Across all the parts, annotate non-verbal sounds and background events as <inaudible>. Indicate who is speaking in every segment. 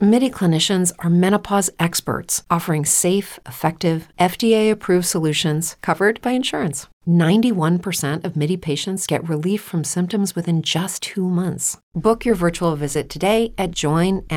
Speaker 1: MIDI clinicians are menopause experts offering safe, effective, FDA approved solutions covered by insurance. 91% of MIDI patients get relief from symptoms within just two months. Book your virtual visit today at joinmidi.com.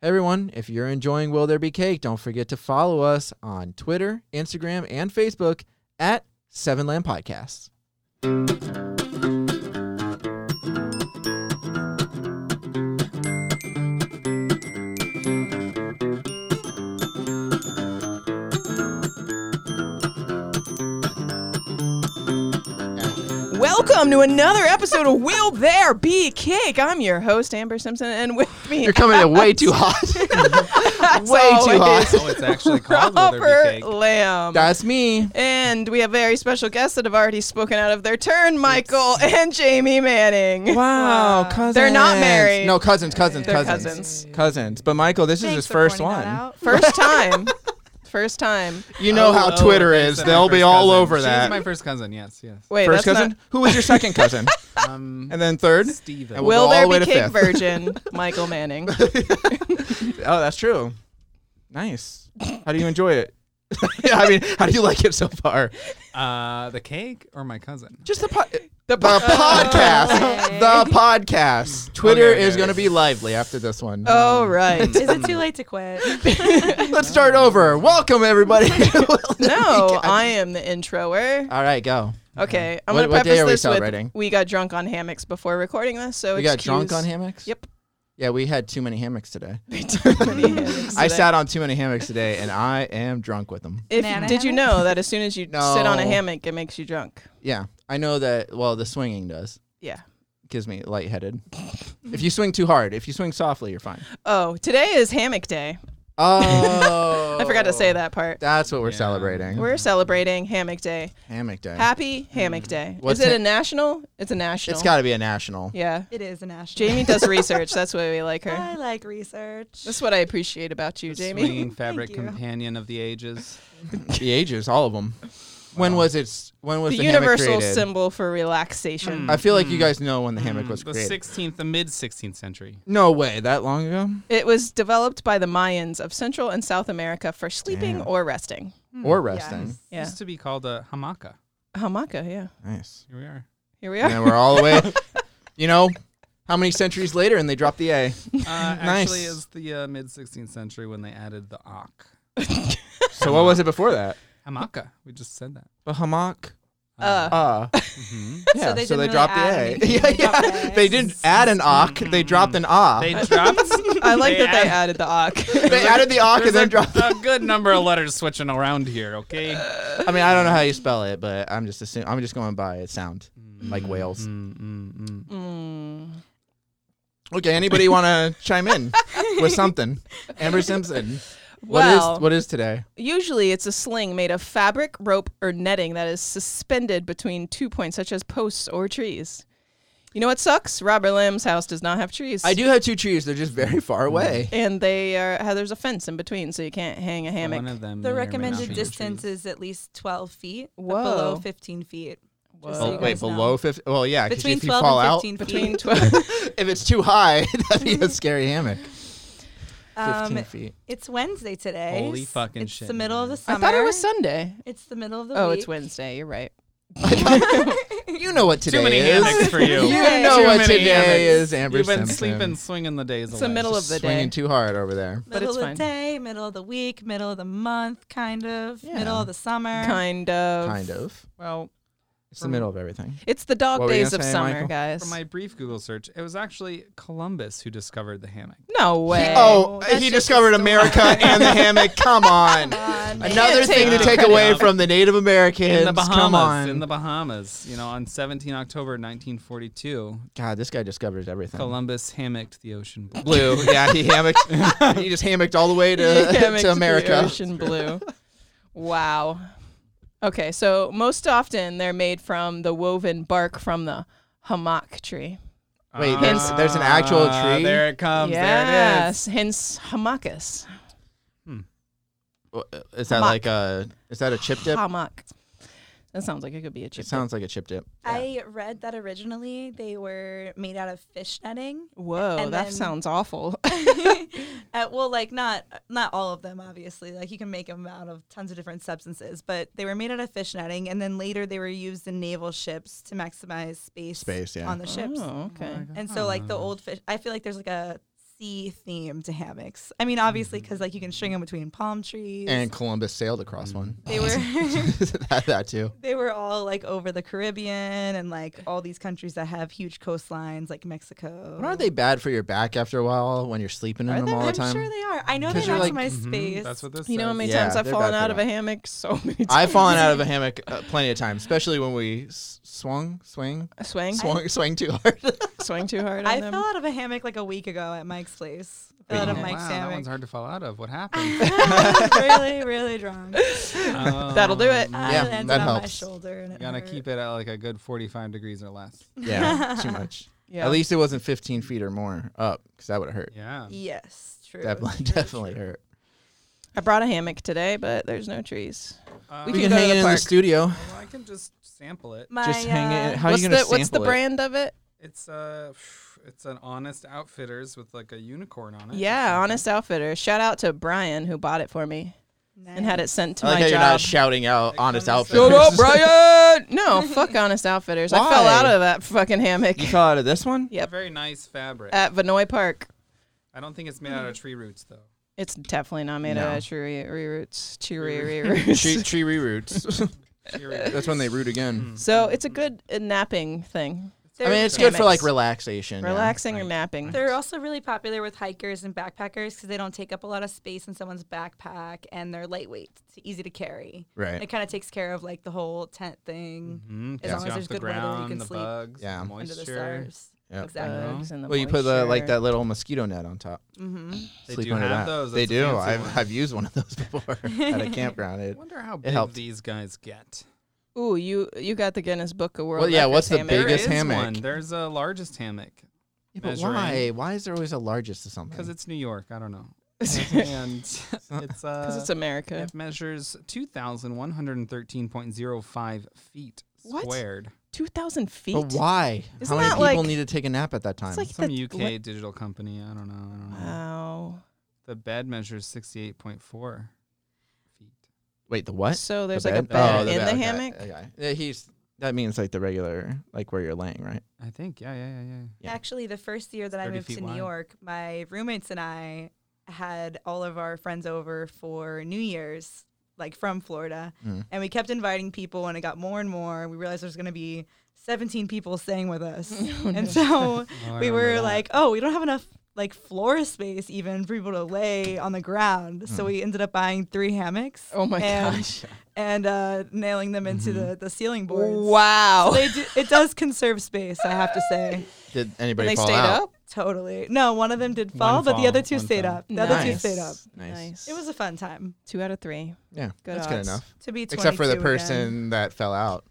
Speaker 2: Hey everyone, if you're enjoying Will There Be Cake, don't forget to follow us on Twitter, Instagram, and Facebook at Seven Land Podcasts.
Speaker 3: Welcome to another episode of Will There Be Cake. I'm your host, Amber Simpson, and with me,
Speaker 2: You're coming in way <laughs> too hot.
Speaker 3: as
Speaker 2: way too <laughs>
Speaker 3: always,
Speaker 2: hot.
Speaker 4: Oh, it's
Speaker 3: <laughs>
Speaker 4: actually called Will There Be
Speaker 3: Robert
Speaker 4: Cake.
Speaker 3: Lamb.
Speaker 2: That's me.
Speaker 3: and we have very special guests that have already spoken out of their turn, Michael and Jamie Manning.
Speaker 2: Wow, cousins.
Speaker 3: They're not married.
Speaker 2: No, cousins, cousins,
Speaker 3: They're
Speaker 2: cousins.
Speaker 3: cousins.
Speaker 2: Cousins. But Michael, this is his first one. <laughs>
Speaker 3: First time. First time.
Speaker 2: You know
Speaker 4: Oh,
Speaker 2: how
Speaker 4: oh,
Speaker 2: Twitter
Speaker 4: thanks,
Speaker 2: is.
Speaker 4: that's my
Speaker 2: They'll be
Speaker 4: first
Speaker 2: all
Speaker 4: cousin.
Speaker 2: over
Speaker 4: She
Speaker 2: that.
Speaker 4: is my first cousin. Yes, yes.
Speaker 3: Wait,
Speaker 2: First
Speaker 3: that's
Speaker 2: cousin? <laughs> Who was your second cousin?
Speaker 4: <laughs> Um,
Speaker 2: and then third?
Speaker 4: Steven.
Speaker 2: And
Speaker 3: Not,
Speaker 2: we'll
Speaker 3: will
Speaker 2: go all
Speaker 3: there
Speaker 2: the way
Speaker 3: be
Speaker 2: to
Speaker 3: cake
Speaker 2: fifth.
Speaker 3: virgin?
Speaker 2: <laughs>
Speaker 3: Michael Manning.
Speaker 2: Oh, that's true. <laughs> Nice. <laughs> How do you enjoy it? I mean, how do you like it so far?
Speaker 4: uh, the cake or my cousin?
Speaker 2: Just the, po- the
Speaker 3: The,
Speaker 2: podcast. The podcast. <laughs> Twitter
Speaker 4: Okay,
Speaker 2: is
Speaker 4: okay.
Speaker 2: going to be lively after this one.
Speaker 3: Oh right.
Speaker 5: Is it too late to quit?
Speaker 2: Let's start over. Welcome, everybody.
Speaker 3: <laughs>
Speaker 2: <laughs>
Speaker 3: No, I am the introer.
Speaker 2: All right, go.
Speaker 3: Okay, I'm
Speaker 2: What-
Speaker 3: gonna
Speaker 2: what
Speaker 3: preface
Speaker 2: day are we
Speaker 3: this
Speaker 2: celebrating?
Speaker 3: with we got drunk on hammocks before recording this, so
Speaker 2: We got
Speaker 3: excuse
Speaker 2: drunk on hammocks? <laughs>
Speaker 3: Yep.
Speaker 2: Yeah, we had too many hammocks
Speaker 3: <laughs>
Speaker 2: today.
Speaker 3: many hammocks
Speaker 2: I
Speaker 3: today.
Speaker 2: sat on too many hammocks today, and I am drunk with them.
Speaker 3: If,
Speaker 5: Banana
Speaker 3: did you
Speaker 5: hammock?
Speaker 3: know that as soon as you sit on a
Speaker 2: No.
Speaker 3: hammock, it makes you drunk?
Speaker 2: Yeah, I know that. Well, the swinging does.
Speaker 3: Yeah.
Speaker 2: Gives me lightheaded. if you swing too hard, if you swing softly, you're
Speaker 3: <laughs>
Speaker 2: fine.
Speaker 3: Oh, today is hammock day.
Speaker 2: Oh,
Speaker 3: I forgot to say that part.
Speaker 2: That's what we're
Speaker 4: Yeah.
Speaker 2: celebrating.
Speaker 3: We're celebrating hammock day.
Speaker 2: hammock day.
Speaker 3: Happy hammock day.
Speaker 2: What's
Speaker 3: is it
Speaker 2: ha-
Speaker 3: a national? It's a national.
Speaker 2: It's got to be a national.
Speaker 3: yeah.
Speaker 5: It is a national.
Speaker 3: Jamie does research. That's why we
Speaker 2: <laughs>
Speaker 3: like her.
Speaker 5: I like research.
Speaker 3: That's what I appreciate about you,
Speaker 4: The
Speaker 3: Jamie.
Speaker 4: Swinging fabric
Speaker 5: you.
Speaker 4: companion of the ages.
Speaker 2: the ages, all of them. When was it? When was
Speaker 3: The
Speaker 2: the, hammock
Speaker 3: universal
Speaker 2: created? Hmm.
Speaker 3: symbol for relaxation.
Speaker 2: I feel like you guys know when the hammock
Speaker 4: Mm,
Speaker 2: was
Speaker 4: the
Speaker 2: created.
Speaker 4: 16th, the mid 16th century.
Speaker 2: no way, that long ago?
Speaker 3: It was developed by the Mayans of Central and South America for sleeping
Speaker 2: Damn.
Speaker 3: or resting.
Speaker 2: Or resting.
Speaker 5: Yes.
Speaker 3: Yeah.
Speaker 4: Used to be called a hamaca.
Speaker 3: Hamaka, yeah.
Speaker 2: Nice.
Speaker 4: Here we are.
Speaker 3: Here we
Speaker 2: And
Speaker 3: are.
Speaker 2: then we're all the <laughs> way. you know, how many centuries later, and they dropped the A.
Speaker 4: <laughs> Uh,
Speaker 2: <laughs>
Speaker 4: Actually,
Speaker 2: Nice.
Speaker 4: it's the uh, mid 16th century when they added the ok.
Speaker 2: So what was it before that?
Speaker 4: Hamaca. We just said that.
Speaker 2: The hammock.
Speaker 3: Uh,
Speaker 5: <laughs>
Speaker 2: Ah.
Speaker 3: <laughs>
Speaker 4: Mhm.
Speaker 2: Yeah, so they,
Speaker 5: they didn't really
Speaker 2: dropped
Speaker 5: add
Speaker 2: the A. <laughs>
Speaker 5: anything.
Speaker 2: yeah,
Speaker 5: They dropped
Speaker 2: yeah.
Speaker 5: the A.
Speaker 2: They didn't add an ok. They dropped an ah.
Speaker 4: They
Speaker 2: They,
Speaker 4: dropped.
Speaker 3: I like
Speaker 4: <laughs> they
Speaker 3: that they
Speaker 4: add-
Speaker 3: added the <laughs> ok.
Speaker 2: added the ok and then
Speaker 4: There's
Speaker 2: dropped.
Speaker 4: a, a good number of letters switching around here,
Speaker 2: <laughs>
Speaker 4: okay?
Speaker 2: I mean, I don't know how you spell it, but I'm just assuming, I'm just going by its sound, like whales.
Speaker 4: Mm, mm, mm.
Speaker 3: Mm.
Speaker 2: Okay, anybody want to chime <laughs> in with something? Amber Simpson. What is
Speaker 3: Well,
Speaker 2: what is today?
Speaker 3: usually it's a sling made of fabric, rope, or netting that is suspended between two points, such as posts or trees. You know what sucks? Robert Lamb's house does not have trees.
Speaker 2: I do have two trees. They're just very far away.
Speaker 3: And they are how there's a fence in between, so you can't hang a hammock.
Speaker 4: One of them. may
Speaker 5: The
Speaker 4: or may not be
Speaker 5: recommended
Speaker 4: trees.
Speaker 5: distance is at least 12 feet, but
Speaker 3: Whoa.
Speaker 5: below 15 feet. just so
Speaker 3: Whoa.
Speaker 5: you
Speaker 2: Oh, wait,
Speaker 5: guys know.
Speaker 2: below 50? Well, yeah, 'cause
Speaker 5: Between
Speaker 2: if you
Speaker 5: 12
Speaker 2: fall
Speaker 5: and
Speaker 2: out,
Speaker 5: 15
Speaker 2: <laughs>
Speaker 5: feet.
Speaker 3: between twelve.
Speaker 2: if it's too high, <laughs> that'd be a scary hammock. 15
Speaker 5: Um,
Speaker 2: feet.
Speaker 5: it's Wednesday today.
Speaker 4: Holy fucking
Speaker 5: it's
Speaker 4: shit,
Speaker 5: It's the middle of the
Speaker 4: man.
Speaker 3: I
Speaker 5: summer.
Speaker 3: thought it was Sunday.
Speaker 5: It's the middle of the
Speaker 3: Oh,
Speaker 5: week.
Speaker 3: it's Wednesday. You're right.
Speaker 2: You know what today
Speaker 4: Too many
Speaker 2: is.
Speaker 4: hammocks for you.
Speaker 2: <laughs> You
Speaker 5: Yay.
Speaker 2: know
Speaker 4: Too
Speaker 2: what
Speaker 4: many
Speaker 2: today
Speaker 4: hammocks.
Speaker 2: is, Amber
Speaker 4: You've been
Speaker 2: Simpson.
Speaker 4: sleeping, swinging the days.
Speaker 3: It's the
Speaker 4: away.
Speaker 3: middle of
Speaker 4: Just
Speaker 3: the
Speaker 2: swinging
Speaker 3: day.
Speaker 2: too hard over there.
Speaker 3: but
Speaker 5: Middle
Speaker 3: it's
Speaker 5: of
Speaker 3: fine.
Speaker 5: the day, middle of the week, middle of the month, kind of, middle
Speaker 2: Yeah.
Speaker 5: of the summer.
Speaker 3: Kind of.
Speaker 2: Kind of.
Speaker 4: Well,
Speaker 2: It's the middle of everything.
Speaker 3: It's the dog
Speaker 2: What were you
Speaker 3: days
Speaker 2: gonna
Speaker 3: of
Speaker 2: say,
Speaker 3: summer,
Speaker 2: Michael?
Speaker 3: guys.
Speaker 4: from my brief Google search, it was actually Columbus who discovered the hammock.
Speaker 3: no way.
Speaker 2: <laughs>
Speaker 3: <laughs>
Speaker 2: Oh,
Speaker 5: That's
Speaker 2: he
Speaker 5: just
Speaker 2: discovered
Speaker 5: a story.
Speaker 2: America and the hammock. Come on.
Speaker 5: on, man.
Speaker 2: Another
Speaker 3: take
Speaker 2: thing to
Speaker 3: the
Speaker 2: take
Speaker 3: credit.
Speaker 2: away from the Native Americans.
Speaker 4: In the Bahamas,
Speaker 2: Come on.
Speaker 4: in the Bahamas, you know, on 17 October 1942,
Speaker 2: God, this guy discovers everything.
Speaker 4: Columbus hammocked the ocean blue.
Speaker 2: Hmm.
Speaker 4: <laughs>
Speaker 2: Blue. Yeah, he hammocked. he just hammocked all the way to, <laughs>
Speaker 3: Hammock
Speaker 2: to
Speaker 3: the
Speaker 2: America.
Speaker 3: ocean blue. wow. Okay, so most often they're made from the woven bark from the hammock tree.
Speaker 4: Uh,
Speaker 2: <laughs> Wait, there's,
Speaker 3: Hence-
Speaker 2: there's an actual
Speaker 4: Ah,
Speaker 2: tree.
Speaker 4: There it
Speaker 2: Um,
Speaker 4: comes. There it is.
Speaker 3: yes. Hence hamacus.
Speaker 2: Wha- uh, Is that
Speaker 3: Hammock.
Speaker 2: like a is that a chip dip?
Speaker 3: Hamac. That sounds like it could be a chip.
Speaker 2: It sounds like a chip dip.
Speaker 5: I read that originally they were made out of fish netting.
Speaker 3: dip. Whoa,
Speaker 5: and
Speaker 3: that
Speaker 5: then-
Speaker 3: sounds awful.
Speaker 5: <laughs> Uh, well, like not not all of them, obviously. Like you can make them out of tons of different substances, but they were made out of fish netting, and then later they were used in naval ships to maximize space,
Speaker 2: Space, yeah.
Speaker 5: on the ships.
Speaker 3: <laughs> Oh, okay.
Speaker 5: And so, like the old fish, I feel like there's like a sea theme to hammocks. I mean, obviously, because like you can string them between palm trees.
Speaker 2: And Columbus sailed across
Speaker 3: Mm.
Speaker 2: one.
Speaker 5: they
Speaker 2: <laughs>
Speaker 5: were <laughs>
Speaker 2: that, that too.
Speaker 5: they were all like over the Caribbean and like all these countries that have huge coastlines, like Mexico.
Speaker 2: But aren't they bad for your back after a while when you're sleeping in
Speaker 5: Are
Speaker 2: them
Speaker 5: they?
Speaker 2: all the
Speaker 5: I'm
Speaker 2: time?
Speaker 5: sure they are. I know they
Speaker 2: Because you're
Speaker 5: maximize
Speaker 2: like-
Speaker 4: Mhm,
Speaker 5: space.
Speaker 4: That's what this
Speaker 3: You know how
Speaker 4: says.
Speaker 3: many
Speaker 2: Yeah,
Speaker 3: times I've
Speaker 2: they're
Speaker 3: fallen
Speaker 2: bad for
Speaker 3: out of
Speaker 2: that.
Speaker 3: a hammock? <laughs> So many times.
Speaker 2: <laughs> I've fallen out of a hammock uh, plenty of times, especially when we s- swung, swing,
Speaker 3: swang, <laughs>
Speaker 2: swung, swang too hard. <laughs>
Speaker 3: swang too hard on
Speaker 5: I
Speaker 3: them.
Speaker 5: fell out of a hammock like a week ago at Mike's place. Fell out
Speaker 4: Oh,
Speaker 5: of Mike's
Speaker 4: wow, that
Speaker 5: hammock. <laughs>
Speaker 4: one's hard to fall out of. What happened?
Speaker 5: really, really drunk.
Speaker 3: That'll do it.
Speaker 5: I
Speaker 2: Yeah,
Speaker 5: landed
Speaker 2: that
Speaker 5: on my
Speaker 2: helps.
Speaker 5: shoulder and it
Speaker 4: Gonna
Speaker 5: hurt.
Speaker 4: keep it at like a good 45 degrees or less.
Speaker 2: yeah, <laughs> too much.
Speaker 3: <laughs> Yeah.
Speaker 2: At least it wasn't 15 feet or more up, because that would have hurt.
Speaker 4: Yeah.
Speaker 5: Yes, true.
Speaker 2: Definitely, <laughs>
Speaker 5: true,
Speaker 2: definitely
Speaker 5: true.
Speaker 2: hurt.
Speaker 3: I brought a hammock today, but there's no trees.
Speaker 4: Uh,
Speaker 3: We
Speaker 2: We
Speaker 3: can
Speaker 2: can
Speaker 3: go to
Speaker 2: hang
Speaker 3: the
Speaker 2: it in the
Speaker 3: park.
Speaker 2: studio.
Speaker 4: well, I can just sample it.
Speaker 5: My,
Speaker 2: Just hang
Speaker 5: uh,
Speaker 2: it. How are
Speaker 3: what's
Speaker 2: you gonna
Speaker 3: the What's the
Speaker 2: sample it?
Speaker 3: brand of it?
Speaker 4: It's uh, <sighs> it's an Honest Outfitters with like a unicorn on it.
Speaker 3: Yeah, Honest Outfitter. Shout out to Brian who bought it for me and had it sent to
Speaker 2: I like
Speaker 3: my
Speaker 2: how
Speaker 3: job.
Speaker 2: you're not shouting out honest
Speaker 4: comes-
Speaker 2: outfit.
Speaker 4: Shut up,
Speaker 3: Brian! <laughs> No, fuck Honest Outfitters. I fell
Speaker 2: Why?
Speaker 3: out of that fucking
Speaker 2: <laughs>
Speaker 3: hammock
Speaker 2: You fell out of this <laughs> one?
Speaker 4: A
Speaker 3: Yep. Uh,
Speaker 4: very nice
Speaker 3: <laughs>
Speaker 4: fabric.
Speaker 3: at Vanoy Park.
Speaker 4: I don't think it's made out of tree roots though.
Speaker 3: It's definitely not made
Speaker 2: No.
Speaker 3: out of tree roots. Tree
Speaker 4: Tree
Speaker 2: <laughs>
Speaker 3: roots. <laughs>
Speaker 2: Tree, tree <laughs> reroots.
Speaker 4: Tree roots. Hmm.
Speaker 2: That's when they root again.
Speaker 3: So it's a good uh, napping thing.
Speaker 2: I mean,
Speaker 5: They're-
Speaker 2: it's good for like
Speaker 3: Hammocks.
Speaker 2: relaxation. yeah.
Speaker 3: Relaxing or napping.
Speaker 5: They're also really popular with hikers and backpackers because they don't take up a lot of space in someone's backpack and they're lightweight, it's easy to carry.
Speaker 2: Right.
Speaker 5: It kind of takes care of like the whole tent thing
Speaker 4: Mhm, keeps
Speaker 5: as long
Speaker 4: you
Speaker 5: as
Speaker 4: off
Speaker 5: there's
Speaker 4: the
Speaker 5: good weather, you
Speaker 4: ground,
Speaker 5: can
Speaker 4: the
Speaker 5: sleep
Speaker 4: bugs,
Speaker 2: Yeah.
Speaker 4: the
Speaker 2: Under
Speaker 5: under the
Speaker 4: Mm-hmm. moisture.
Speaker 5: stars.
Speaker 2: Yep.
Speaker 5: Exactly.
Speaker 3: Bugs and the
Speaker 2: Well, you put the, like
Speaker 3: moisture.
Speaker 2: that little mosquito net on top.
Speaker 5: Mm-hmm.
Speaker 4: They
Speaker 2: Sleep
Speaker 4: do
Speaker 2: under
Speaker 4: have
Speaker 2: that.
Speaker 4: those.
Speaker 2: They
Speaker 4: That's a
Speaker 2: do.
Speaker 4: fancy
Speaker 2: I've,
Speaker 4: one.
Speaker 2: I've used one of <laughs> those before at a campground.
Speaker 4: I
Speaker 2: It,
Speaker 4: wonder how big
Speaker 2: helped.
Speaker 4: these guys get.
Speaker 3: Ooh, you you got the Guinness Book of World
Speaker 2: Well, yeah,
Speaker 3: Records
Speaker 2: what's the
Speaker 3: hammock.
Speaker 4: There
Speaker 2: biggest
Speaker 4: is
Speaker 2: hammock.
Speaker 4: One. There's a largest hammock
Speaker 2: Yeah, <laughs> but
Speaker 4: Measuring.
Speaker 2: why? Why is there always a largest to something?
Speaker 4: because it's New York. I
Speaker 3: <laughs>
Speaker 4: don't know.
Speaker 2: <laughs>
Speaker 4: and it's uh,
Speaker 3: Because it's America.
Speaker 4: it measures 2,113.05 feet
Speaker 3: What?
Speaker 4: squared.
Speaker 3: 2,000 feet?
Speaker 2: But why?
Speaker 3: Isn't
Speaker 2: How many
Speaker 3: that
Speaker 2: people
Speaker 3: like-
Speaker 2: need to take a nap at that time?
Speaker 3: like-
Speaker 4: Some
Speaker 3: That-
Speaker 4: UK digital company. I don't know. I don't know.
Speaker 3: Wow.
Speaker 4: The bed measures 68.4 feet.
Speaker 2: Wait, the what?
Speaker 3: So there's
Speaker 2: The
Speaker 3: like
Speaker 2: bed?
Speaker 3: a bed
Speaker 2: Oh,
Speaker 3: in
Speaker 2: bed,
Speaker 3: the
Speaker 2: okay,
Speaker 3: hammock?
Speaker 2: Okay. Yeah, he's that means like the regular, like where you're laying, right?
Speaker 4: I think. Yeah, yeah, yeah, yeah.
Speaker 2: Yeah.
Speaker 5: Actually, the first year that I
Speaker 4: 30
Speaker 5: moved
Speaker 4: feet
Speaker 5: to
Speaker 4: wide.
Speaker 5: New York, my roommates and I had all of our friends over for New Year's, like from Florida.
Speaker 2: Mm.
Speaker 5: And we kept inviting people, and it got more and more. We realized there's going to be 17 people staying with
Speaker 4: <laughs>
Speaker 5: us. and so
Speaker 4: Oh, I
Speaker 5: we
Speaker 4: remember
Speaker 5: were
Speaker 4: that.
Speaker 5: like, oh, we don't have enough like floor space even for people to lay on the ground.
Speaker 4: Mm.
Speaker 5: So we ended up buying three hammocks.
Speaker 3: Oh my
Speaker 5: and,
Speaker 3: gosh.
Speaker 5: And uh, nailing them into
Speaker 4: Mm-hmm.
Speaker 5: the, the ceiling boards.
Speaker 3: Wow.
Speaker 2: <laughs>
Speaker 5: They do, it does conserve space, I have to say.
Speaker 2: Did anybody
Speaker 3: they
Speaker 2: fall
Speaker 3: stayed
Speaker 2: out?
Speaker 3: up?
Speaker 5: Totally. No, one of them did fall, but
Speaker 4: fall,
Speaker 5: the other two
Speaker 4: one
Speaker 5: stayed
Speaker 4: fell.
Speaker 5: up. The other two
Speaker 2: Nice.
Speaker 5: stayed up.
Speaker 2: Nice.
Speaker 5: It was a fun time
Speaker 3: two out of three.
Speaker 2: Yeah,
Speaker 3: Good
Speaker 2: that's good
Speaker 3: odds.
Speaker 2: enough.
Speaker 5: to be.
Speaker 2: Except for the
Speaker 5: 22 again.
Speaker 2: person
Speaker 5: <laughs>
Speaker 2: that fell out.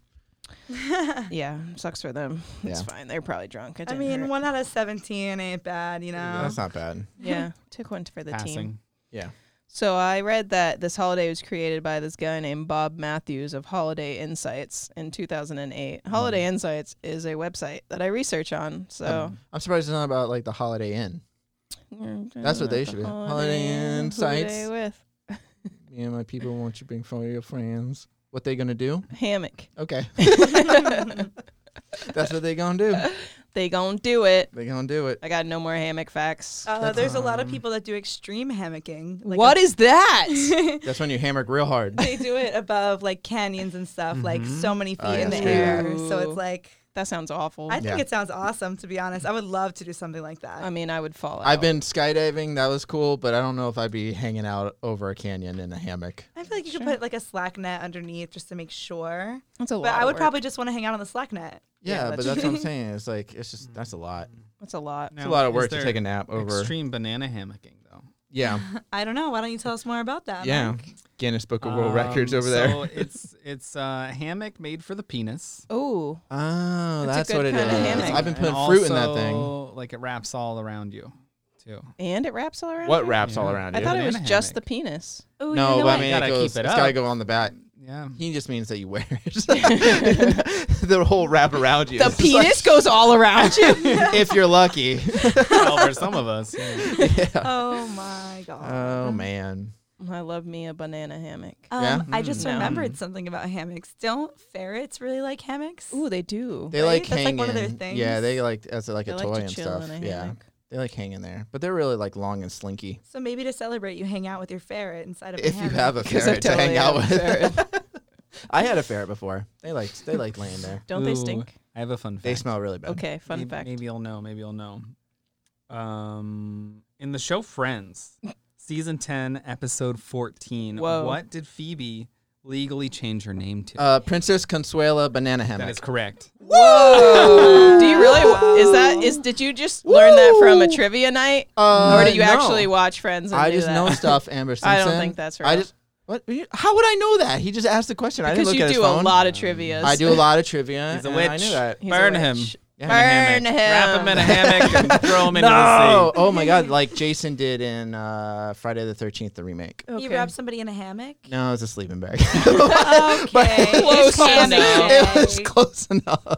Speaker 3: Yeah, sucks for them. It's
Speaker 2: Yeah.
Speaker 3: fine. They're probably drunk. It
Speaker 5: I
Speaker 3: didn't
Speaker 5: mean,
Speaker 3: hurt.
Speaker 5: one out of seventeen ain't bad, you know.
Speaker 2: That's not bad.
Speaker 5: <laughs>
Speaker 3: yeah, took one for the team.
Speaker 4: passing. Um,
Speaker 2: Yeah.
Speaker 3: So I read that this holiday was created by this guy named Bob Matthews of Holiday Insights in 2008. Holiday
Speaker 2: Mm.
Speaker 3: Insights is a website that I research on. So
Speaker 2: I'm surprised it's not about like the Holiday Inn.
Speaker 3: Mm,
Speaker 2: Oh. that's what they
Speaker 3: the
Speaker 2: should be.
Speaker 3: Holiday
Speaker 2: Holiday
Speaker 3: Inn,
Speaker 2: Insights.
Speaker 3: holiday with
Speaker 2: Me and my people want you bring for your friends. What they gonna do?
Speaker 3: hammock.
Speaker 2: Okay, <laughs>
Speaker 5: <laughs>
Speaker 2: that's what they gonna do.
Speaker 3: They gonna do it.
Speaker 2: They gonna do it.
Speaker 3: I got no more hammock facts.
Speaker 5: Uh, there's a lot of people that do extreme hammocking. Like
Speaker 3: what is that?
Speaker 5: <laughs>
Speaker 2: That's when you hammer real hard.
Speaker 5: they do it above like canyons and stuff, like so many feet
Speaker 2: Oh, yeah,
Speaker 5: in the
Speaker 2: screw
Speaker 5: air.
Speaker 3: that.
Speaker 5: So it's like
Speaker 3: that sounds awful.
Speaker 5: I
Speaker 3: I,
Speaker 5: think
Speaker 2: Yeah.
Speaker 5: it sounds awesome to be honest. I would love to do something like that.
Speaker 3: mean, I would fall. Out.
Speaker 2: I've been skydiving. That was cool, but I don't know if I'd be hanging out over a canyon in a hammock.
Speaker 5: I feel like you could put like a slack net underneath just to make sure.
Speaker 3: That's a lot.
Speaker 5: But I
Speaker 3: of
Speaker 5: would
Speaker 3: work.
Speaker 5: probably just want to hang out on the slack net.
Speaker 2: Yeah,
Speaker 3: Yeah,
Speaker 2: but
Speaker 3: that's-
Speaker 2: that's what I'm saying. It's like it's just that's a lot.
Speaker 3: That's a lot.
Speaker 2: It's a lot of
Speaker 4: Now,
Speaker 2: work
Speaker 4: is
Speaker 2: to
Speaker 4: there
Speaker 2: take a nap over.
Speaker 4: Extreme banana hammocking though.
Speaker 2: Yeah,
Speaker 5: <laughs> I don't know. Why don't you tell us more about that?
Speaker 2: yeah.
Speaker 5: Mike?
Speaker 2: Guinness Book of World Records
Speaker 4: Um,
Speaker 2: over there.
Speaker 4: So it's it's uh, hammock made for the penis.
Speaker 3: Oh,
Speaker 2: Oh,
Speaker 3: It's a
Speaker 2: that's
Speaker 3: good
Speaker 2: what it is.
Speaker 3: kinda hammock.
Speaker 2: I've been
Speaker 4: And
Speaker 2: putting fruit in that
Speaker 4: also,
Speaker 2: thing.
Speaker 4: Like it wraps all around you, too.
Speaker 3: and it wraps all around.
Speaker 2: What
Speaker 3: you?
Speaker 2: wraps all
Speaker 4: Yeah.
Speaker 2: around
Speaker 3: I
Speaker 2: you?
Speaker 3: thought it was
Speaker 4: Banana
Speaker 3: just the
Speaker 4: hammock.
Speaker 3: penis.
Speaker 5: Oh,
Speaker 2: no,
Speaker 5: you know
Speaker 2: but I
Speaker 5: what?
Speaker 2: mean,
Speaker 4: Gotta
Speaker 2: it
Speaker 4: keep
Speaker 2: goes,
Speaker 4: it
Speaker 2: has got to
Speaker 4: up.
Speaker 2: go on the back.
Speaker 4: Yeah.
Speaker 2: He just means that you wear it. <laughs>
Speaker 3: <laughs>
Speaker 2: the whole wrap around you.
Speaker 3: The
Speaker 2: It's just like,
Speaker 3: penis goes all
Speaker 2: <laughs>
Speaker 3: around you.
Speaker 2: <laughs>
Speaker 3: <laughs>
Speaker 2: if you're lucky.
Speaker 4: <laughs> well, for some of us. yeah.
Speaker 2: <laughs> Yeah.
Speaker 5: oh my god.
Speaker 2: Oh
Speaker 3: Mm-hmm.
Speaker 2: man.
Speaker 3: I love me a banana hammock.
Speaker 5: um,
Speaker 2: Uh, yeah?
Speaker 5: I just
Speaker 3: No.
Speaker 5: remembered something about hammocks. Don't ferrets really like hammocks?
Speaker 3: Ooh, they do.
Speaker 2: They
Speaker 5: Right?
Speaker 2: like
Speaker 5: That's,
Speaker 2: hang
Speaker 5: like, one of their
Speaker 2: in-
Speaker 5: things.
Speaker 2: Yeah, they like as like
Speaker 3: They
Speaker 2: a
Speaker 3: like
Speaker 2: toy
Speaker 3: to
Speaker 2: and
Speaker 3: chill
Speaker 2: stuff.
Speaker 3: in a
Speaker 2: yeah,
Speaker 3: hammock.
Speaker 2: they like hang in there, but they're really like long and slinky.
Speaker 5: So maybe to celebrate, you hang out with your ferret inside of a
Speaker 2: If you
Speaker 5: hammock.
Speaker 2: have a
Speaker 3: 'Cause I
Speaker 2: ferret to hang
Speaker 3: totally
Speaker 2: out
Speaker 3: have a
Speaker 2: with. <laughs> I had a ferret before. They liked they liked laying there.
Speaker 3: Don't
Speaker 4: Ooh,
Speaker 3: they stink?
Speaker 4: I have a fun fact.
Speaker 2: They smell really bad.
Speaker 3: Okay, fun
Speaker 4: maybe,
Speaker 3: fact.
Speaker 4: Maybe you'll know. Maybe you'll know. Um, in the show Friends, season ten, episode fourteen.
Speaker 3: Whoa.
Speaker 4: What did Phoebe legally change her name to?
Speaker 2: Uh, Princess Consuela banana
Speaker 4: that
Speaker 2: hammock.
Speaker 4: is correct.
Speaker 3: Whoa! Do you really? Is that is? Did you just learn that from a trivia night,
Speaker 2: Uh,
Speaker 3: or did you
Speaker 2: no.
Speaker 3: actually watch Friends? And
Speaker 2: I
Speaker 3: do
Speaker 2: just
Speaker 3: that?
Speaker 2: know
Speaker 3: <laughs>
Speaker 2: stuff, Amber Simpson.
Speaker 3: I don't think that's
Speaker 2: I
Speaker 3: real.
Speaker 2: just what? How would I know that? He just asked the question. I didn't
Speaker 3: Because
Speaker 2: look
Speaker 3: you
Speaker 2: at
Speaker 3: do
Speaker 2: his phone.
Speaker 3: a lot of trivia.
Speaker 2: <laughs> I do a lot of trivia.
Speaker 4: He's a
Speaker 2: and
Speaker 4: witch.
Speaker 2: I knew that.
Speaker 3: He's a
Speaker 4: Burn him.
Speaker 3: witch.
Speaker 4: In a hammock.
Speaker 3: Burn
Speaker 4: Wrap
Speaker 3: him.
Speaker 4: him in a
Speaker 2: <laughs>
Speaker 4: hammock and throw him into
Speaker 2: No!
Speaker 4: the sea.
Speaker 2: Oh my God! Like Jason did in uh, Friday the Thirteenth, the remake.
Speaker 3: Oh.
Speaker 5: You wrap somebody in a hammock?
Speaker 2: No, <laughs> it's a sleeping bag.
Speaker 5: Okay.
Speaker 3: Close
Speaker 5: Hammock.
Speaker 3: enough.
Speaker 2: it was close enough.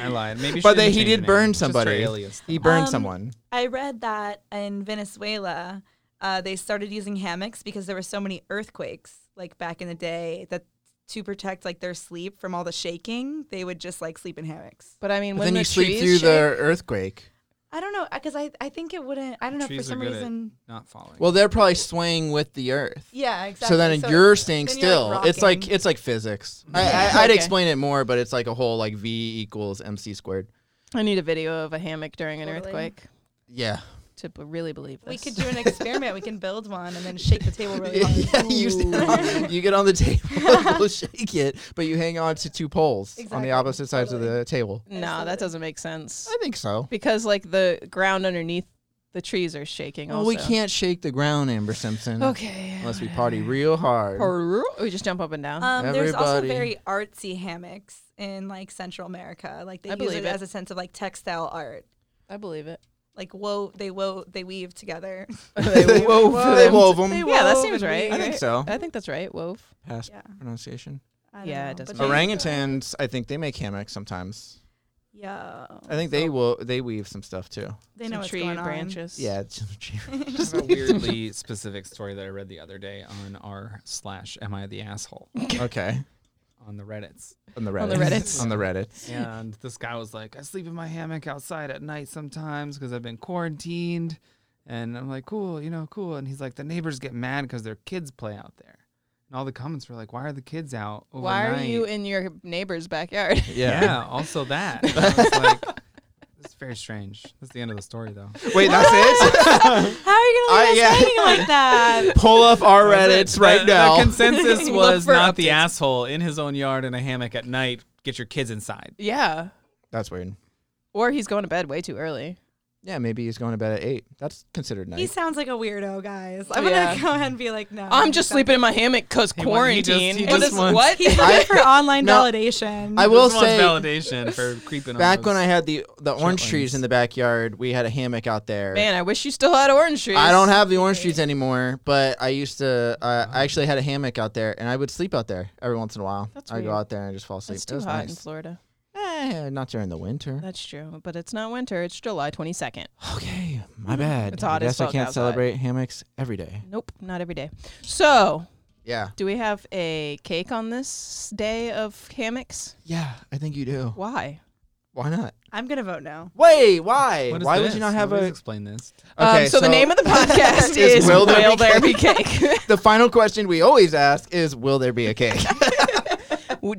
Speaker 4: I lied. Maybe. she
Speaker 2: But they,
Speaker 4: didn't
Speaker 2: he
Speaker 4: change
Speaker 2: did
Speaker 4: her
Speaker 2: burn
Speaker 4: name. Just her
Speaker 2: somebody.
Speaker 4: alias.
Speaker 2: He burned
Speaker 5: Um,
Speaker 2: someone.
Speaker 5: I read that in Venezuela, uh, they started using hammocks because there were so many earthquakes, like back in the day, that to protect like their sleep from all the shaking, they would just like sleep in hammocks.
Speaker 3: But I mean,
Speaker 2: But
Speaker 3: when
Speaker 2: then
Speaker 3: the
Speaker 2: you sleep
Speaker 3: trees
Speaker 2: through the
Speaker 3: shake-
Speaker 2: earthquake.
Speaker 5: I don't know, because I, I think it wouldn't. I don't know for
Speaker 4: Trees are
Speaker 5: some
Speaker 4: good at-
Speaker 5: reason.
Speaker 4: Not falling.
Speaker 2: Well, they're probably swaying with the earth.
Speaker 5: Yeah, exactly.
Speaker 2: So then you're staying
Speaker 5: staying
Speaker 2: still. it's like it's like physics. I, I,
Speaker 3: Yeah.
Speaker 2: I'd
Speaker 3: Okay.
Speaker 2: explain it more, but it's like a whole like V equals MC squared.
Speaker 3: I need a video of a hammock during an
Speaker 5: Totally.
Speaker 3: earthquake
Speaker 2: Yeah.
Speaker 3: to b- really believe
Speaker 2: <laughs>
Speaker 3: this.
Speaker 5: we
Speaker 3: <laughs>
Speaker 5: could do an experiment. we can build one and then shake the table Oh, really hard.
Speaker 2: yeah you,
Speaker 5: <laughs>
Speaker 2: st- you get on the table, <laughs> you'll shake it, but you hang on to two poles on
Speaker 5: Exactly.
Speaker 2: the opposite sides of
Speaker 5: Totally.
Speaker 2: the table.
Speaker 3: No, that doesn't make sense
Speaker 2: I think so.
Speaker 3: because like the ground underneath the trees are shaking.
Speaker 2: Well,
Speaker 3: also.
Speaker 2: we <laughs> can't shake the ground, Amber Simpson.
Speaker 3: Okay.
Speaker 2: Unless we party real hard.
Speaker 3: Or we just jump up and down.
Speaker 5: Um, there's also
Speaker 2: Everybody.
Speaker 5: very artsy hammocks in like Central America. Like they
Speaker 3: I
Speaker 5: use
Speaker 3: believe
Speaker 5: it,
Speaker 3: it.
Speaker 5: as a sense of like textile art.
Speaker 3: I believe it.
Speaker 5: Like wove, they wove, they
Speaker 2: <laughs>
Speaker 5: weave together.
Speaker 2: they wove, they wove 'em.
Speaker 3: Yeah, that
Speaker 5: wove
Speaker 3: seems
Speaker 5: and
Speaker 3: right.
Speaker 5: weave.
Speaker 2: I think so.
Speaker 3: I think that's right. Wove.
Speaker 2: Past
Speaker 5: Yeah.
Speaker 2: pronunciation.
Speaker 5: I don't
Speaker 3: Yeah,
Speaker 5: know,
Speaker 3: it doesn't
Speaker 5: but
Speaker 3: matter.
Speaker 5: they-
Speaker 2: Orangutans, I think they make hammocks sometimes.
Speaker 5: Yeah,
Speaker 2: I think they will. They weave some stuff too.
Speaker 5: they
Speaker 3: Some
Speaker 5: know what's
Speaker 3: tree
Speaker 5: going on.
Speaker 3: branches.
Speaker 2: Yeah, <laughs> it's
Speaker 4: I have a weirdly specific story that I read the other day on r slash am I the asshole
Speaker 2: okay.
Speaker 4: on the Reddits.
Speaker 2: On the Reddit.
Speaker 3: On the Reddits.
Speaker 2: On the Reddit.
Speaker 4: And this guy was like, I sleep in my hammock outside at night sometimes because I've been quarantined. And I'm like, cool, you know, cool. And he's like, the neighbors get mad because their kids play out there. And all the comments were like, why are the kids out? Overnight?
Speaker 3: Why are you in your neighbor's backyard?
Speaker 4: Yeah, also that. And I was like, <laughs> it's very strange. That's the end of the story, though.
Speaker 2: <laughs> Wait, that's it.
Speaker 5: How are you gonna
Speaker 2: I-
Speaker 5: leave
Speaker 2: yeah.
Speaker 5: us
Speaker 2: <laughs>
Speaker 5: hanging like that?
Speaker 2: Pull up our
Speaker 4: That's
Speaker 2: Reddits
Speaker 4: it.
Speaker 2: right
Speaker 4: The-
Speaker 2: now.
Speaker 4: The
Speaker 2: <laughs>
Speaker 4: consensus
Speaker 3: Look
Speaker 4: was
Speaker 3: for
Speaker 4: not the
Speaker 3: updates.
Speaker 4: asshole in his own yard in a hammock at night. Get your kids inside.
Speaker 3: <laughs> yeah.
Speaker 2: that's weird.
Speaker 3: Or he's going to bed way too early.
Speaker 2: Yeah, maybe he's going to bed at eight. That's considered night.
Speaker 5: He sounds like a weirdo, guys. I'm
Speaker 3: Yeah.
Speaker 5: gonna go ahead and be like, no.
Speaker 3: I'm just sleeping in my hammock because
Speaker 4: He wa- he just-
Speaker 3: quarantine.
Speaker 4: he
Speaker 3: what
Speaker 4: just
Speaker 3: is
Speaker 4: wants-
Speaker 3: <laughs> what?
Speaker 5: He's
Speaker 2: I-
Speaker 5: looking for online
Speaker 2: No.
Speaker 5: validation.
Speaker 2: I will
Speaker 4: This one's
Speaker 2: say, <laughs>
Speaker 4: validation for creeping.
Speaker 2: back
Speaker 4: on
Speaker 2: when
Speaker 4: those-
Speaker 2: I had the the orange trees
Speaker 4: ones.
Speaker 2: in the backyard, we had a hammock out there.
Speaker 3: Man, I wish you still had orange trees.
Speaker 2: I don't have the orange trees anymore, but I used to. Uh, I actually had a hammock out there, and I would sleep out there every once in a while.
Speaker 3: That's
Speaker 2: I go
Speaker 3: weird.
Speaker 2: out there and I just fall asleep.
Speaker 3: It's
Speaker 2: It
Speaker 3: too
Speaker 2: was
Speaker 3: hot in
Speaker 2: nice.
Speaker 3: Florida.
Speaker 2: Eh, not during the winter.
Speaker 3: That's true, but it's not winter. It's July 22nd.
Speaker 2: <sighs> Okay, my bad.
Speaker 3: It's hot
Speaker 2: I
Speaker 3: as
Speaker 2: guess I
Speaker 3: fuck
Speaker 2: can't
Speaker 3: outside.
Speaker 2: celebrate hammocks every day.
Speaker 3: Nope, not every day. So,
Speaker 2: Yeah,
Speaker 3: do we have a cake on this day of hammocks?
Speaker 2: yeah, I think you do.
Speaker 3: Why?
Speaker 2: Why not?
Speaker 5: I'm gonna vote no.
Speaker 2: Wait, why?
Speaker 4: What is
Speaker 2: Why would
Speaker 4: this?
Speaker 2: you not have
Speaker 4: Nobody's
Speaker 2: a?
Speaker 4: explain this?
Speaker 3: um, so, the
Speaker 2: <laughs>
Speaker 3: name of the podcast
Speaker 2: is
Speaker 3: is,
Speaker 2: Will There
Speaker 3: Will There,
Speaker 2: Be
Speaker 3: Be Cake. <laughs>
Speaker 2: the final question we always ask is, will there be a cake?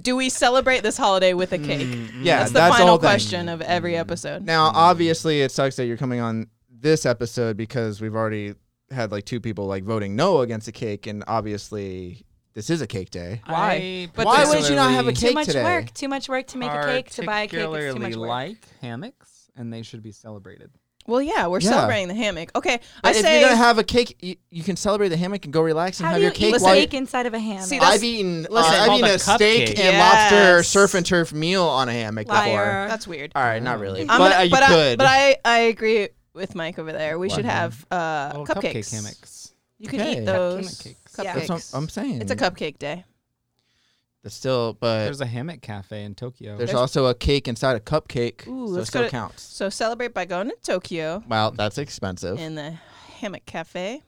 Speaker 3: do we celebrate this holiday with a cake?
Speaker 2: Mm, yeah,
Speaker 3: that's
Speaker 2: that's,
Speaker 3: the final
Speaker 2: all. Mm.
Speaker 3: question of every episode.
Speaker 2: Now, obviously, it sucks that you're coming on this episode because we've already had like two people like voting no against a cake, and obviously, this is a cake day.
Speaker 3: Why?
Speaker 4: I
Speaker 3: But
Speaker 2: Why would you not have a
Speaker 4: particularly-
Speaker 2: cake
Speaker 5: too much
Speaker 2: today?
Speaker 5: work. Too much work to make a cake. To buy a cake. It's too much
Speaker 4: particularly
Speaker 5: work.
Speaker 4: like hammocks, and they should be celebrated.
Speaker 3: Well, yeah, we're
Speaker 2: Yeah.
Speaker 3: celebrating the hammock. Okay, I
Speaker 2: if
Speaker 3: say.
Speaker 2: you're gonna have a cake, you, you can celebrate the hammock and go relax and
Speaker 5: How
Speaker 2: have
Speaker 5: do you
Speaker 2: your
Speaker 5: eat
Speaker 2: cake. while
Speaker 5: steak inside of a ham?
Speaker 3: See, that's-
Speaker 2: I've eaten. uh,
Speaker 4: Listen,
Speaker 2: I've
Speaker 4: called
Speaker 2: eaten
Speaker 4: a
Speaker 2: a steak
Speaker 4: cupcake.
Speaker 2: and lobster
Speaker 3: Yes.
Speaker 2: surf and turf meal on a hammock before.
Speaker 5: Liar.
Speaker 3: that's weird.
Speaker 2: All right, not really,
Speaker 3: I'm
Speaker 2: but
Speaker 3: gonna-
Speaker 2: uh, you
Speaker 3: but I,
Speaker 2: could.
Speaker 3: but I, I agree with Mike over there. We should
Speaker 2: Wow.
Speaker 3: have uh,
Speaker 4: Little
Speaker 3: cupcakes.
Speaker 4: cupcake hammocks.
Speaker 3: You can
Speaker 2: Okay.
Speaker 3: eat those.
Speaker 4: Cupcake cakes.
Speaker 5: Yeah.
Speaker 2: That's what
Speaker 3: Cupcakes.
Speaker 2: I'm saying.
Speaker 3: It's a cupcake day.
Speaker 2: It's still, but there's,
Speaker 4: There's a hammock cafe in Tokyo.
Speaker 2: also a cake inside a cupcake,
Speaker 3: Ooh,
Speaker 2: so it
Speaker 3: let's go
Speaker 2: still
Speaker 3: to-
Speaker 2: counts.
Speaker 3: So celebrate by going to Tokyo
Speaker 2: Well, that's expensive.
Speaker 3: in the hammock cafe.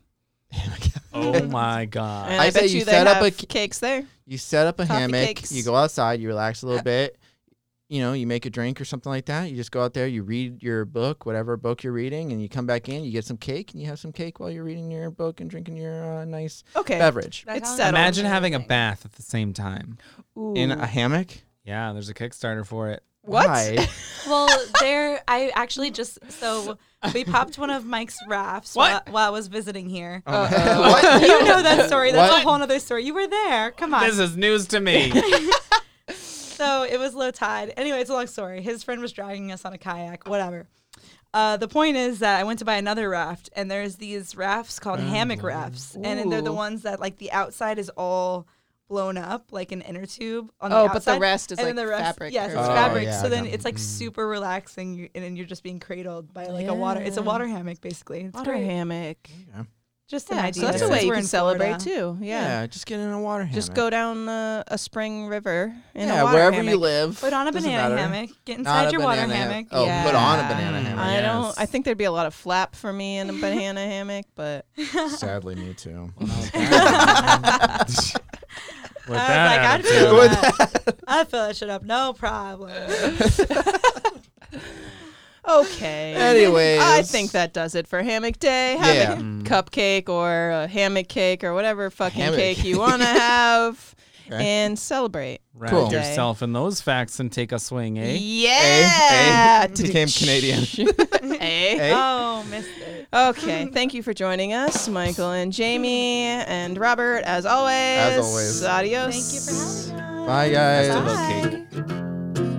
Speaker 2: <laughs>
Speaker 4: <laughs> oh my god.
Speaker 3: And I,
Speaker 2: Uh, I say
Speaker 3: bet
Speaker 2: you
Speaker 3: you, they
Speaker 2: set
Speaker 3: have
Speaker 2: up a c-
Speaker 3: cakes there.
Speaker 2: you set up a
Speaker 3: Coffee
Speaker 2: hammock.
Speaker 3: cakes.
Speaker 2: You go outside. You relax a
Speaker 3: <laughs>
Speaker 2: little bit. You know, you make a drink or something like that. You just go out there. You read your book, whatever book you're reading, and you come back in. You get some cake, and you have some cake while you're reading your book and drinking your uh, nice
Speaker 3: Okay.
Speaker 2: beverage
Speaker 5: That
Speaker 3: It's
Speaker 5: sounds
Speaker 3: settled.
Speaker 4: Imagine having a
Speaker 5: amazing.
Speaker 4: bath at the same time.
Speaker 3: Ooh.
Speaker 2: in a hammock.
Speaker 4: Yeah, there's a Kickstarter for it.
Speaker 3: what? <laughs>
Speaker 2: Why? <laughs>
Speaker 5: Well, there, I actually just so we popped one of Mike's rafts while,
Speaker 3: What?
Speaker 5: while I was visiting here.
Speaker 2: What?
Speaker 5: you know that story. That's
Speaker 2: Oh. What?
Speaker 5: a whole other story. You were there. Come on.
Speaker 4: This is news to me.
Speaker 2: <laughs>
Speaker 5: so it was low tide. Anyway, it's a long story. His friend was dragging us on a kayak, whatever. Uh, the point is that I went to buy another raft, and there's these rafts
Speaker 2: Oh.
Speaker 5: called hammock rafts, and they're the
Speaker 3: Ooh.
Speaker 5: ones that like the outside is all blown up, like an inner tube on
Speaker 6: Oh,
Speaker 5: the outside.
Speaker 6: but the rest is,
Speaker 5: and then
Speaker 6: like,
Speaker 5: the rest,
Speaker 6: fabric or
Speaker 5: Yes, it's
Speaker 2: something.
Speaker 5: fabric.
Speaker 2: Oh, yeah,
Speaker 5: so
Speaker 2: I
Speaker 5: then
Speaker 2: got
Speaker 5: it's like
Speaker 4: it. Mm.
Speaker 5: super relaxing, you- and then you're just being cradled by like a water. It's a water hammock, basically. It's
Speaker 3: Water
Speaker 5: great.
Speaker 3: hammock.
Speaker 5: Just an
Speaker 3: Yeah,
Speaker 5: idea.
Speaker 3: so that's a
Speaker 5: since
Speaker 3: way you
Speaker 5: we're
Speaker 3: can
Speaker 5: in
Speaker 3: celebrate
Speaker 5: Florida.
Speaker 3: too. <laughs>
Speaker 2: <laughs>
Speaker 3: Yeah.
Speaker 2: Yeah, just get in a water hammock.
Speaker 3: Just go down uh, a spring river in
Speaker 2: yeah,
Speaker 3: a water
Speaker 2: wherever
Speaker 3: hammock.
Speaker 2: you live.
Speaker 5: Put on a
Speaker 2: doesn't
Speaker 5: banana
Speaker 2: matter.
Speaker 5: hammock. Get
Speaker 2: Not
Speaker 5: inside
Speaker 2: a
Speaker 5: your water
Speaker 2: banana ham-
Speaker 5: hammock.
Speaker 2: Oh, put on a
Speaker 4: Yeah.
Speaker 2: banana hammock.
Speaker 4: Mm.
Speaker 3: I don't. I
Speaker 4: Yes.
Speaker 3: think there'd be a lot of flap for me
Speaker 2: <laughs>
Speaker 3: in a banana hammock, but
Speaker 2: Sadly, me too.
Speaker 4: With
Speaker 5: I was
Speaker 4: that
Speaker 5: like, I'd
Speaker 4: attitude.
Speaker 5: fill that. I'd fill that shit up, no problem.
Speaker 3: okay.
Speaker 2: Anyways,
Speaker 3: I think that does it for hammock day. Have
Speaker 2: Yeah. Mm.
Speaker 3: a cupcake or a hammock cake or whatever fucking
Speaker 2: Hammock.
Speaker 3: cake you
Speaker 2: <laughs>
Speaker 3: want to have
Speaker 2: Okay.
Speaker 3: and celebrate.
Speaker 4: Wrap
Speaker 2: Cool.
Speaker 4: yourself in those facts and take a swing, eh?
Speaker 3: Yeah.
Speaker 2: Eh? became
Speaker 3: <laughs>
Speaker 2: Canadian.
Speaker 3: Hey.
Speaker 2: Eh?
Speaker 5: Oh, missed it.
Speaker 3: Okay, thank you for joining us, Michael and Jamie and Robert, as always.
Speaker 2: As always.
Speaker 3: Adios.
Speaker 5: Thank you for having us.
Speaker 2: Bye, guys.
Speaker 4: About cake.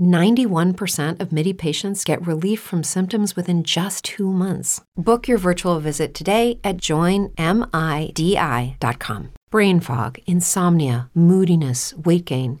Speaker 1: 91% of MIDI patients get relief from symptoms within just two months. Book your virtual visit today at joinmidi.com. Brain fog, insomnia, moodiness, weight gain.